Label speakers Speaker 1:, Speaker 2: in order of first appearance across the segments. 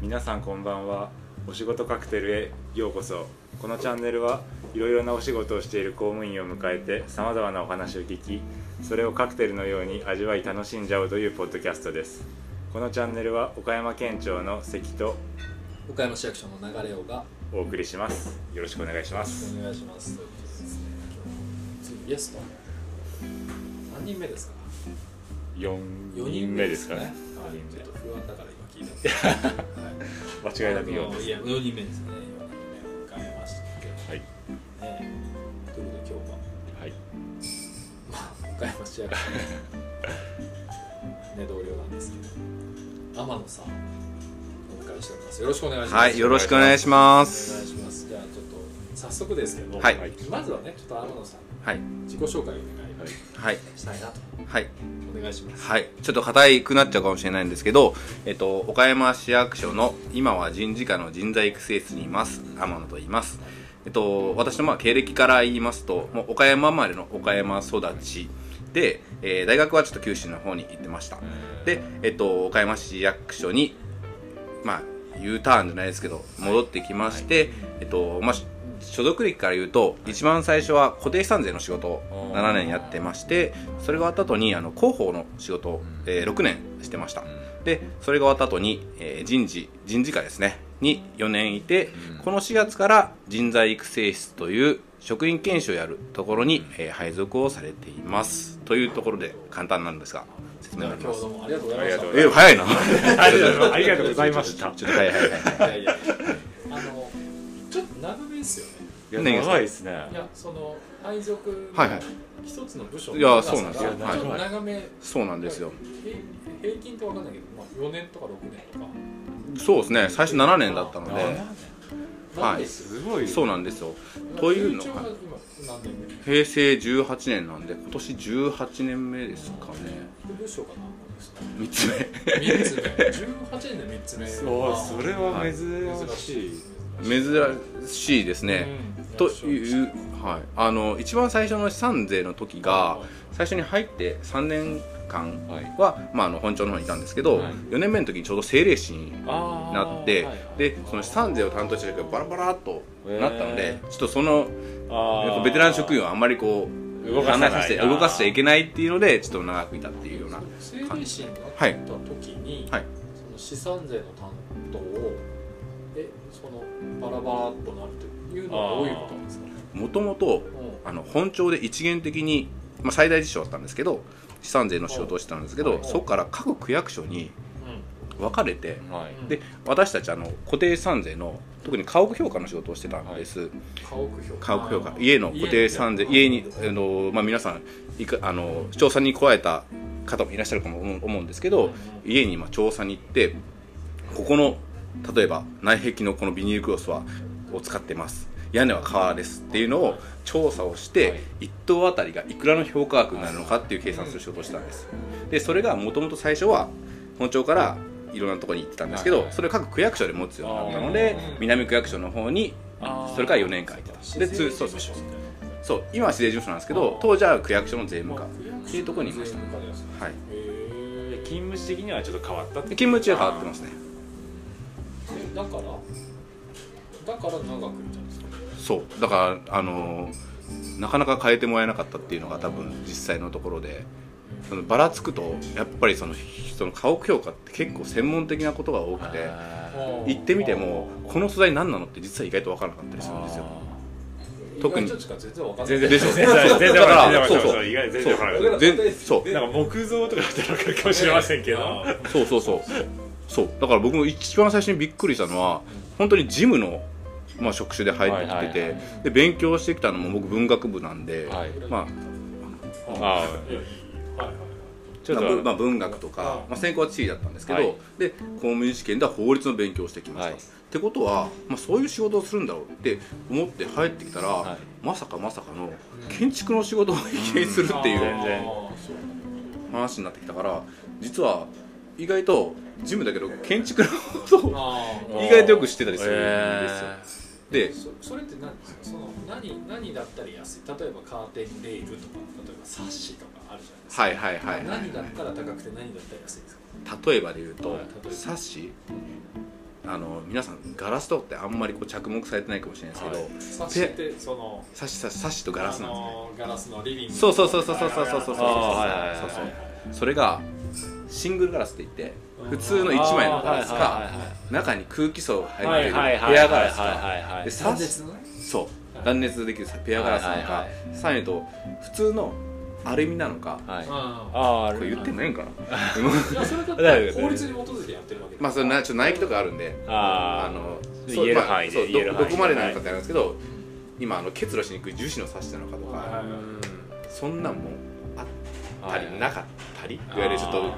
Speaker 1: 皆さんこんばんはお仕事カクテルへようこそこのチャンネルはいろいろなお仕事をしている公務員を迎えてさまざまなお話を聞きそれをカクテルのように味わい楽しんじゃおうというポッドキャストですこのチャンネルは岡山県庁の関と
Speaker 2: 岡山市役所の流れをがよ
Speaker 1: お送りしますよろしくお願いしま
Speaker 2: ろし
Speaker 1: す
Speaker 2: くお願いしますということですね今日次ゲスト何人目ですか
Speaker 1: 4
Speaker 2: 4
Speaker 1: 人目ですかね
Speaker 2: はい
Speaker 1: 四人
Speaker 2: ち
Speaker 1: 目
Speaker 2: ょっと不安だから今聞いたんですけどはい
Speaker 1: 間違いなく4
Speaker 2: あ
Speaker 1: で
Speaker 2: の
Speaker 1: す
Speaker 2: いや4人目ですね4人目を迎えましたけど
Speaker 1: はい
Speaker 2: ねということで今日は
Speaker 1: はい
Speaker 2: 岡山市役所の、ね、同僚なんですけど天野さんお迎えしておりますよろしくお願いします
Speaker 3: はい、よろしくお願いしま
Speaker 2: お願い
Speaker 3: す。
Speaker 2: しますじゃあちょっと早速ですけど、
Speaker 3: はい
Speaker 2: まずはねちょっと天野さん
Speaker 3: はい、
Speaker 2: 自己紹介をお願い
Speaker 3: はい、
Speaker 2: したいなと
Speaker 3: はい、
Speaker 2: お願いします
Speaker 3: はい。ちょっと硬くなっちゃうかもしれないんですけど、えっと、岡山市役所の今は人事課の人材育成室にいます。天野と言います。えっと、私のまあ経歴から言いますと、もう岡山生まれの岡山育ちで、えー大学はちょっと九州の方に行ってました。で、えっと、岡山市役所に、まあ、U ターンじゃないですけど、戻ってきまして、えっと、まあ、し所属歴から言うと、一番最初は固定資産税の仕事を7年やってまして、それが終わった後に、あの、広報の仕事を、えー6年してました。で、それが終わった後に、えー人事、人事課ですね、に4年いて、この4月から人材育成室という職員研修をやるところに、えー配属をされています。というところで、簡単なんですが、説明
Speaker 2: じ
Speaker 3: に
Speaker 2: ゃあ
Speaker 3: なり
Speaker 2: 今
Speaker 3: ま
Speaker 2: 日
Speaker 3: す
Speaker 2: はど。うもありがとうございました
Speaker 1: ありがとうございま
Speaker 3: え、早いな。
Speaker 1: ありがとうございました
Speaker 3: ちょっと、はいはいはい。
Speaker 2: いやいやあのちょっと長めですよね
Speaker 1: いや長いですね
Speaker 2: いやその配属
Speaker 3: はいはい
Speaker 2: 一つの部署の
Speaker 3: いや
Speaker 2: 長さ
Speaker 3: そうなんです
Speaker 2: がち
Speaker 3: よ
Speaker 2: ょっと
Speaker 1: はい
Speaker 2: 長め、
Speaker 3: そうなんですよ。
Speaker 2: 平平均ってわかんないけど、まあ、4年とか6年とか
Speaker 3: そうですね。最初7年だったの
Speaker 2: 長い
Speaker 3: で、
Speaker 2: なん
Speaker 3: はい
Speaker 2: ですよ
Speaker 1: すごい
Speaker 3: そうなんですよ。というの
Speaker 2: 中長は
Speaker 3: は
Speaker 2: 今何年目
Speaker 3: 平成18年なんで、今年18年目ですかね。
Speaker 2: 副部署が何個ですか
Speaker 3: 3つ
Speaker 2: 3つ目18年で3つ目
Speaker 1: そうそれは
Speaker 3: はい
Speaker 1: 珍しい
Speaker 3: 目。珍しいですね。
Speaker 2: うん
Speaker 3: という、はい。あの、一番最初の資産税の時が、最初に入って3年間
Speaker 1: はい
Speaker 3: は、まあ、あの本庁の方にいたんですけど、
Speaker 1: はい
Speaker 3: 4年目の時にちょうど政令市に
Speaker 1: あー
Speaker 3: なって、
Speaker 1: はいはい
Speaker 3: でその資産税を担当してる人がバラバラっとなったので
Speaker 1: へ、ー
Speaker 3: ちょっとそのやっ
Speaker 1: あ
Speaker 3: ぱ
Speaker 1: ー
Speaker 3: ベテラン職員はあんまりこう
Speaker 1: 動かさない
Speaker 3: 考えさせて動かしちゃいけないっていうのでちょっと長くいたっていうような
Speaker 2: 政令審があ
Speaker 3: は
Speaker 2: っ
Speaker 3: い
Speaker 2: た時に、
Speaker 3: はい
Speaker 2: その資産税の担当をえそのバラバラっとなるというのはどういうことなんですかね、
Speaker 3: もともと
Speaker 2: う
Speaker 3: あの本庁で一元的に、まあ、最大事象だったんですけど資産税の仕事をしてたんですけ
Speaker 2: はい
Speaker 3: どそこから各区役所に分かれて
Speaker 1: はい
Speaker 2: んうん、
Speaker 3: で私たちあの固定資産税の特に家屋評価の仕事をしてたんです、
Speaker 2: 家屋評価
Speaker 3: 家屋評価家の固定資産税家にあの、まあ、皆さんいかあの調査に加えた方もいらっしゃるかも思う思うんですけど、家にまあ調査に行ってここの例えば内壁のこのビニールクロスはを使ってます屋根は瓦ですっていうのを調査をして、
Speaker 1: はい
Speaker 3: 1棟あたりがいくらの評価額になるのかっていう計算する仕事をしたんですでそれがもともと最初は本庁からいろんなところに行ってたんですけど、
Speaker 1: はいはい
Speaker 3: それを各区役所で持つようになったの
Speaker 1: あ
Speaker 3: で
Speaker 1: ー
Speaker 3: 南区役所の方に
Speaker 1: あー
Speaker 3: それから4年間行ってた
Speaker 2: 自
Speaker 3: で
Speaker 2: 然
Speaker 3: つ
Speaker 2: 事
Speaker 3: そうそ
Speaker 2: 務
Speaker 3: う
Speaker 2: 所みたい
Speaker 3: そう今は市税事務所なんですけ
Speaker 2: あ
Speaker 3: ど
Speaker 2: ー
Speaker 3: 当時は区役所の税務
Speaker 2: な
Speaker 3: 課
Speaker 2: まあ区役所の
Speaker 3: っていうところにいました
Speaker 2: 税務課ですね
Speaker 3: はい
Speaker 2: へ
Speaker 1: 勤務地的にはちょっと変わった って
Speaker 3: で勤務中は変わってますね
Speaker 2: えだからだから長くいたんですか
Speaker 3: そうだからあのーなかなか変えてもらえなかったっていうのが多分実際のところでそのばらつくとやっぱりそのその家屋評価って結構専門的なことが多くて行ってみてもこの素材何なのって実は意外と分からなかったりするんですよ特に
Speaker 2: 意外としか全然わかんない
Speaker 1: 全然
Speaker 3: でしょ
Speaker 1: 全然 全然全
Speaker 3: だから
Speaker 1: 然わかんない
Speaker 3: そうそう
Speaker 1: そう意外と全然わからない
Speaker 2: ら
Speaker 3: 全そう
Speaker 1: なんか木造とかだったら分かるかもしれませんけど
Speaker 2: あー
Speaker 3: そうそうそうそうだから僕も一番最初にびっくりしたのは本当にジムの、まあ、職種で入ってきてて、
Speaker 1: はいはい
Speaker 3: で勉強してきたのも僕文学部なんで、
Speaker 1: はい
Speaker 3: ま
Speaker 1: あ
Speaker 3: あ
Speaker 1: ー
Speaker 2: はいはい
Speaker 1: ちょっ
Speaker 3: まあぶま
Speaker 1: と
Speaker 3: あ、文学とか、まあ、専攻は地理だったんですけど、
Speaker 1: はい
Speaker 3: で公務員試験では法律の勉強をしてきました、
Speaker 1: はい
Speaker 3: ってことは、まあ、そういう仕事をするんだろうって思って入ってきたら、
Speaker 1: は
Speaker 3: まさかまさかの建築の仕事を経験するってい
Speaker 1: うん
Speaker 3: う
Speaker 1: 全然
Speaker 3: 話になってきたから実は意外と事務だけど建築のことを意外とよく知ってたりするんですよ、で
Speaker 2: そそれって何ですかその何何だったら安い例えばカーテンレールとか例えばサッシとかあるじゃないですか、
Speaker 3: はいはいはい、はい、
Speaker 2: 何だったら高くて何だったら安いんですか
Speaker 3: 例えばで言うと
Speaker 2: はい例えば
Speaker 3: サッシあの皆さんガラス戸ってあんまりこう着目されてないかもしれないですけど、
Speaker 1: はい
Speaker 2: さしてその
Speaker 3: サシサシサシとガラスなんですね、
Speaker 2: あのガラスのリビング
Speaker 3: そうそうそうそうそうそうそうそうそうそう
Speaker 1: あーはいはいはい
Speaker 3: そうそれがシングルガラスって言って
Speaker 2: うん
Speaker 3: 普通の1枚のガラス
Speaker 1: はいはい
Speaker 3: か中に空気層が入っ
Speaker 1: は
Speaker 3: て
Speaker 1: い
Speaker 3: る
Speaker 1: はいはい
Speaker 3: ペアガラスか
Speaker 1: はいはいはい
Speaker 3: で
Speaker 1: はい
Speaker 3: サッ
Speaker 2: のね
Speaker 3: そう
Speaker 2: はい
Speaker 3: 断熱できるペアガラスなのか、
Speaker 1: はいはい
Speaker 3: さらに言うと普通のアルミなのか、
Speaker 1: はい
Speaker 2: あ
Speaker 1: あー
Speaker 3: これ言ってもええんかな
Speaker 2: いやそれだっ
Speaker 1: 大丈夫
Speaker 2: て法律に基づいてやってるわけだ
Speaker 3: まあそれなちょっとナイキとかあるんで
Speaker 1: あー
Speaker 3: の
Speaker 1: 言
Speaker 3: そう
Speaker 1: える範囲で
Speaker 3: まあそう
Speaker 1: 言える
Speaker 3: ど
Speaker 1: 範囲で
Speaker 3: どこまでなのかってあるんですけど、今あの結露しにくい樹脂のサッシなのかとか、
Speaker 2: はいはいはい
Speaker 3: そんなんもあったりなかったりいわゆるちょっ
Speaker 1: あ
Speaker 3: と
Speaker 1: ー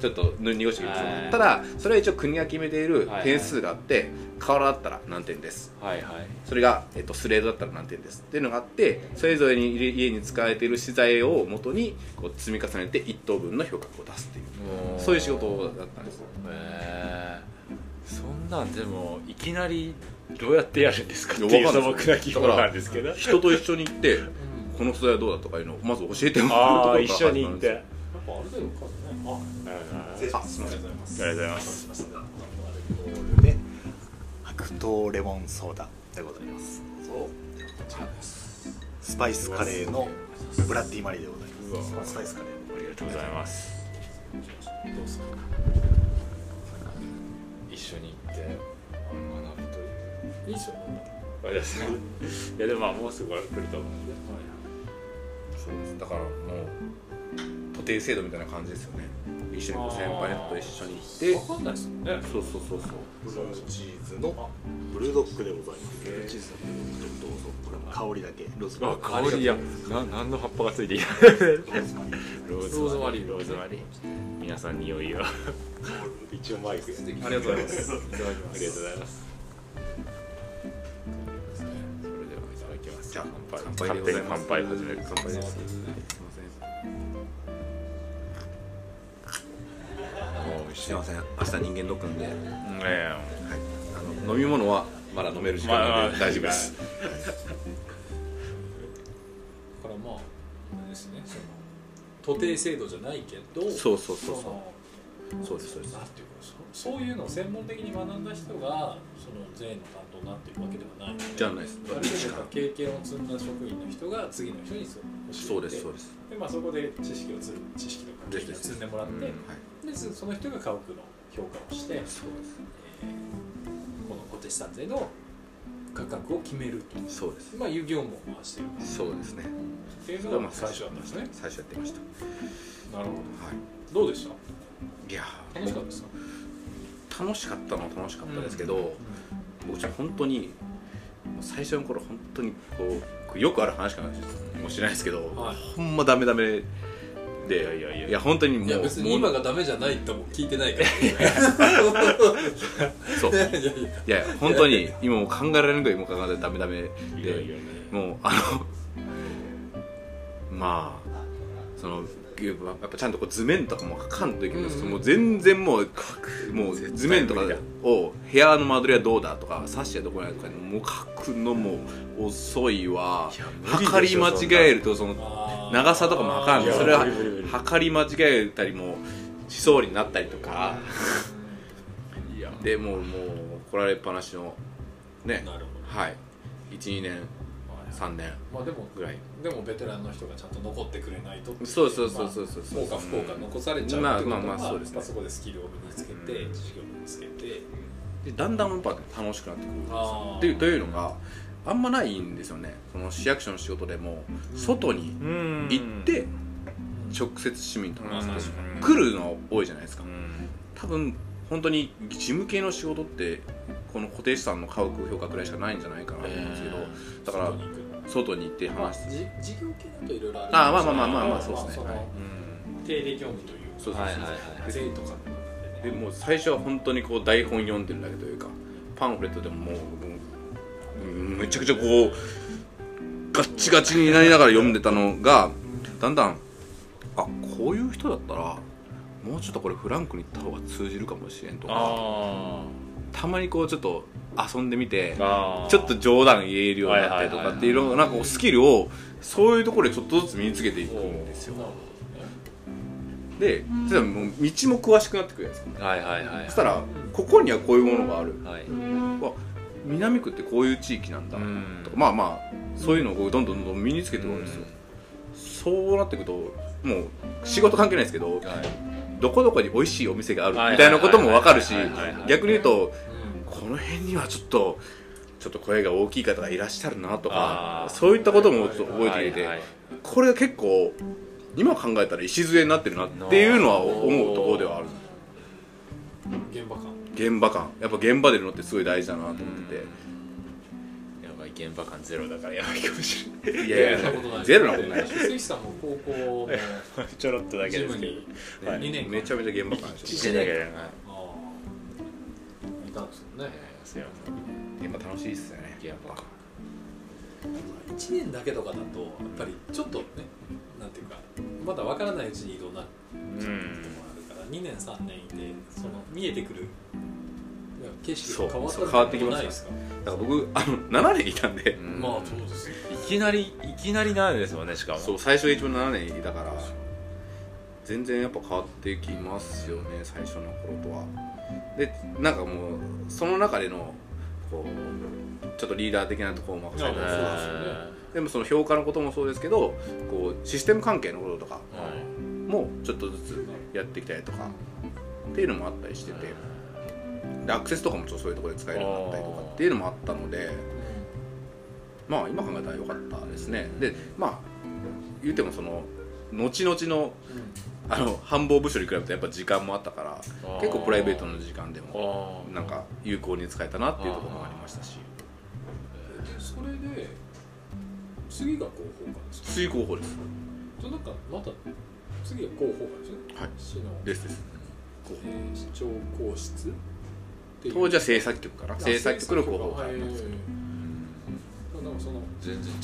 Speaker 3: ちょっと濁してくださ
Speaker 1: はいい
Speaker 3: ただそれは一応国が決めている
Speaker 1: はい
Speaker 3: 点数があって瓦だったら何点です
Speaker 1: はいはい
Speaker 3: それが、えっと、スレードだったら何点ですっていうのがあってそれぞれに家家に使われている資材を元にこう積み重ねて1等分の評価を出すっていうそういう仕事だったんです
Speaker 1: へーそんなんでもいきなりどうやってやるんですかって
Speaker 3: い
Speaker 1: い
Speaker 3: や
Speaker 1: う
Speaker 3: わか
Speaker 1: 素
Speaker 3: んな
Speaker 1: 朴な
Speaker 3: い
Speaker 1: 疑問なんですけど
Speaker 3: 人と一緒に行ってこの素材はどうだとかいうのをまず教えてもらうと
Speaker 1: あ
Speaker 3: こ
Speaker 1: あ
Speaker 3: ろ
Speaker 1: 一
Speaker 3: から
Speaker 1: 緒に行ってあ
Speaker 3: 始
Speaker 2: やっ
Speaker 3: まるんで
Speaker 2: ぱある程度数ね
Speaker 1: り
Speaker 2: あ
Speaker 4: 失礼しま
Speaker 3: あす
Speaker 4: す
Speaker 3: いません
Speaker 2: ありがとうございます
Speaker 1: がとうございます
Speaker 4: 失礼しましたで白桃レモンソーダでございますスパイスカレーのブラッディマリーでございますスパイスカレー
Speaker 1: ありがとうございます
Speaker 2: どうする
Speaker 1: 一緒に行って学ぶという
Speaker 2: いいっすよね
Speaker 1: あれですねいやでもまあもうすぐ来ると思うんで
Speaker 3: そうですだからもう徒弟制度みたいな感じですよね一緒にこう先輩と一緒に行って
Speaker 2: わかんないっすよね
Speaker 3: そうそうそうそう
Speaker 4: チーズのブルドックでございます
Speaker 1: へー
Speaker 4: チーズのブルドックどうぞこれも香りだけローズマリ
Speaker 1: あ
Speaker 4: ー
Speaker 1: 香りやな何の葉っぱがついている
Speaker 4: ローズマリー
Speaker 1: ロ
Speaker 2: ーズマリー
Speaker 1: ローズマリー皆さん匂いを一応マイクあり
Speaker 3: ありがとうございます。
Speaker 2: いただきま
Speaker 1: が
Speaker 2: す
Speaker 1: とうございますそれではいただきます
Speaker 3: じゃあ
Speaker 1: 乾杯
Speaker 3: 乾杯で
Speaker 1: 勝
Speaker 3: ご
Speaker 1: 手
Speaker 3: ざ
Speaker 1: に
Speaker 3: い
Speaker 1: 乾
Speaker 3: ます
Speaker 1: 杯始める乾杯
Speaker 3: すすいません。明日人間ドックなんで、はい、
Speaker 1: え
Speaker 3: あの飲み物はまだ飲める時間なんで大丈夫です。
Speaker 2: だからまああれですねその徒弟制度じゃないけど
Speaker 3: そうそうそうそう
Speaker 2: の
Speaker 3: そうですそうです。
Speaker 2: なんていうかそそういうのを専門的に学んだ人がその税の担当になっているわけではないので
Speaker 3: じゃないです。
Speaker 2: ある程度やっぱ経験を積んだ職員の人が次の人にそれを教えて
Speaker 3: そうですそうです。
Speaker 2: でまあ、そこで知識を積む知識とか経験を積んでもらって、
Speaker 3: はい。
Speaker 2: でその人が家屋の評価をして、え
Speaker 3: そうで
Speaker 2: ーこの固定資産税の価格を決めると、
Speaker 3: す。そうです。
Speaker 2: まあ、いう業務を回しているっ
Speaker 3: そうですね。
Speaker 2: ていうのが最初だったんですね。
Speaker 3: 最初やってました。
Speaker 2: なるほ
Speaker 3: は
Speaker 2: どどうでした
Speaker 3: い。いやー、
Speaker 2: 楽しかったですか、
Speaker 3: 楽しかったのは楽しかったですけど、僕ちゃん本当にもう最初の頃本当にこうこうよくある話かもしれないですけど、
Speaker 2: はい
Speaker 3: ほんまダメダメで
Speaker 1: いやいやいや
Speaker 3: 本当にもう
Speaker 2: いや別に今
Speaker 3: も
Speaker 2: が
Speaker 3: う
Speaker 2: ダメじゃないとも聞いてないから、
Speaker 3: そうい
Speaker 2: いやいやいや
Speaker 3: やいや本当に今もう考えられないぐらいもう考えられダメダメ
Speaker 1: えいいよいい
Speaker 3: で
Speaker 1: よね
Speaker 3: もうあのまあそのやっぱちゃんとこう図面とかも書かんといけないですけど、
Speaker 2: うんうん
Speaker 3: もう全然もうもう図面とか
Speaker 1: 無理
Speaker 3: を部屋の間取りはどうだとかサッシはどこにあるとかもう書くのも遅いわ
Speaker 1: いや無理でしょ
Speaker 3: 測り間違えるとその
Speaker 2: あー
Speaker 3: 長さとかも測
Speaker 1: い
Speaker 3: る
Speaker 1: や
Speaker 3: それは
Speaker 1: 無理無理無理
Speaker 3: 測り間違えたりもしそうになったりとか
Speaker 1: いや
Speaker 3: でもうもう怒られっぱなしのね
Speaker 2: なるほど
Speaker 3: はい12年
Speaker 2: はいはい
Speaker 3: 3年
Speaker 2: まあでも
Speaker 3: ぐらい
Speaker 2: でもベテランの人がちゃんと残ってくれないとってい
Speaker 3: そうそうそうそうそう
Speaker 2: まあ不
Speaker 3: そう
Speaker 2: 幸か不幸か残されちゃうってこと
Speaker 3: ま
Speaker 2: は
Speaker 3: あまあまあそうですね
Speaker 2: やっぱそこでスキルを身につけて
Speaker 1: うん
Speaker 2: 知識を身につけて
Speaker 3: でだんだんやっぱ楽しくなってくる
Speaker 2: あー
Speaker 3: っていうというのがあんまないんですよねその市役所の仕事でも外に
Speaker 1: うん
Speaker 3: 行って直接市民と話すって
Speaker 1: うん
Speaker 3: 来るの多いじゃないですか
Speaker 1: うん
Speaker 3: 多分本当に事務系の仕事ってこの固定資産の家屋評価くらいしかないんじゃないかなと思うんですけど、だから
Speaker 2: 外に行く
Speaker 3: 外に行って
Speaker 2: まあ
Speaker 3: 話す、
Speaker 2: じ事業系だといろいろある
Speaker 3: あーまあまあまあまあまあそうです
Speaker 2: の
Speaker 3: ねはい
Speaker 2: 定例業務という
Speaker 3: そうそうそう
Speaker 1: はいはいはい
Speaker 2: か税とかの中で
Speaker 3: で
Speaker 2: ね
Speaker 3: もう最初は本当にこう台本読んでるだけというかパンフレットでももううんめちゃくちゃこうガッチガチになりながら読んでたのがだんだんあこういう人だったらもうちょっとこれフランクに言った方が通じるかもしれんとか
Speaker 1: あ
Speaker 3: たまにこうちょっと遊んでみて
Speaker 1: ーあー
Speaker 3: ちょっと冗談言えるようになったりと
Speaker 1: はいはい
Speaker 3: か
Speaker 1: はいはい
Speaker 3: っていうのなんかこうスキルをそういうところでちょっとずつ身につけていくんですよ
Speaker 2: なるほどね
Speaker 3: でそしたらもう道も詳しくなってくるやつ
Speaker 5: はいはいはい
Speaker 3: そしたらここにはこういうものがある
Speaker 5: はい
Speaker 3: 南区ってこういう地域なんだ
Speaker 5: うん
Speaker 3: とかまあまあそういうのをこうどんどんどんどん身につけていくわけですよそうなっていくともう仕事関係ないですけどどこどこに美味しいお店があるみたいなことも分かるし
Speaker 5: はいはいはいはい
Speaker 3: 逆に言うとこの辺にはちょっとちょっと声が大きい方がいらっしゃるなとか
Speaker 5: あー
Speaker 3: そういったこともちょっと覚えていて、
Speaker 5: はいはい
Speaker 3: これ結構今考えたら礎になってるなっていうのは思うところではある
Speaker 2: 現場感
Speaker 3: 現場感やっぱ現場でるのってすごい大事だなと思ってて
Speaker 5: やばい現場感ゼロだからやばいかもしれない
Speaker 3: いやい
Speaker 2: そ
Speaker 3: や
Speaker 2: んことない
Speaker 3: ゼロなことないでし
Speaker 2: 鈴木さんも高校
Speaker 1: ちょろっとだけ
Speaker 2: のジ
Speaker 1: です
Speaker 2: ム
Speaker 1: けど
Speaker 2: に
Speaker 1: はい
Speaker 2: 2年
Speaker 3: ょめちゃめちゃ現場感でし
Speaker 5: 一年だけだ
Speaker 3: は
Speaker 2: ああいたんですよね
Speaker 5: すいませ
Speaker 3: い現場楽しいっすよね
Speaker 5: ん現場感
Speaker 2: 1年だけとかだとやっぱりちょっとねなんていうかまだ分からないうちに移動になっちゃうっていうのもあるから、2年3年いてその見えてくるいや景色が変わった
Speaker 3: そう変わってきますね
Speaker 2: ないですか
Speaker 3: だから僕あの7年いたんで
Speaker 5: うん
Speaker 2: まあそうですよ
Speaker 5: いきなりいきなりなんですもんねしかも
Speaker 3: そう最初が一番7年いたから全然やっぱ変わってきますよね最初の頃とはでなんかもうその中でのこうちょっとリーダー的なところも任され
Speaker 5: う
Speaker 3: た
Speaker 5: ん
Speaker 3: り
Speaker 2: そう
Speaker 3: と
Speaker 2: で
Speaker 3: か
Speaker 2: すよね
Speaker 3: でもその評価のこともそうですけどこうシステム関係のこととかもちょっとずつやってきたりとかっていうのもあったりしててでアクセスとかもちょっとそういうところで使えるようになったりとかっていうのもあったのでまあ今考えたら良かったですねでまあ言うてもその後々のあの繁忙部署に比べてやっぱ時間もあったから結構プライベートの時間でも
Speaker 5: の
Speaker 3: なんか有効に使えたなっていうところもありましたし
Speaker 2: でそれで次が広報官ですか
Speaker 3: 水候補です
Speaker 2: そのなんかまた次が広報官ですね
Speaker 3: はい
Speaker 2: 市の、
Speaker 3: ですです
Speaker 2: えー市長公室っていう
Speaker 3: 当時は制作局から
Speaker 2: あ
Speaker 3: 制作局の候補
Speaker 2: 制
Speaker 3: から
Speaker 2: 作局はいはいなんかその
Speaker 5: 全然違う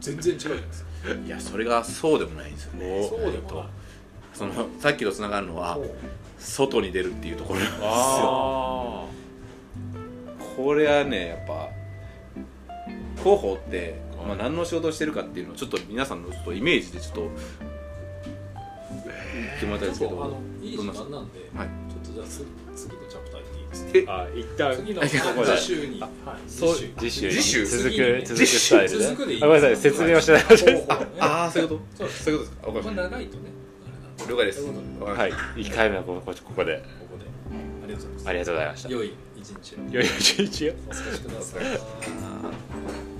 Speaker 2: 全然違うじゃないですか
Speaker 3: いやそれがそうでもないんですよね
Speaker 2: そうでもない
Speaker 3: そのさっきとつながるのは
Speaker 2: そう
Speaker 3: 外に出るっていうところなんですよ
Speaker 5: あ
Speaker 3: これはねやっぱ広報って、ま
Speaker 5: は
Speaker 3: あ、
Speaker 5: い
Speaker 3: 何の仕事をしてるかっていうのをちょっと皆さんのちょっとイメージでちょっと決まったんです
Speaker 2: ち
Speaker 3: け
Speaker 2: ょっとあ
Speaker 3: ど
Speaker 2: のいい時間なんで、
Speaker 3: はい
Speaker 2: ちょっとじゃあ次次のチャプター行っていいですか
Speaker 3: え
Speaker 1: あ一旦
Speaker 2: 次の
Speaker 1: ここ
Speaker 2: 次
Speaker 1: で
Speaker 2: 週に、はい、
Speaker 3: そう
Speaker 1: 次週に
Speaker 3: 次週
Speaker 1: 続
Speaker 2: 次にね
Speaker 1: く続くスタイル
Speaker 2: 続くでいい
Speaker 1: あごめんなさい説明をしない
Speaker 2: 方法ね
Speaker 3: ああそういうこ
Speaker 2: そう
Speaker 3: とそういうことですかわか
Speaker 2: これ
Speaker 3: りました
Speaker 2: 長いとねあれなんで
Speaker 3: 了解です
Speaker 2: ということで
Speaker 3: わかりました
Speaker 1: はい1回目はここここで
Speaker 2: ここでありがとうございます
Speaker 1: ありがとうございました
Speaker 2: 良い一日を
Speaker 1: 良い一日を
Speaker 2: お過ごしください
Speaker 3: あー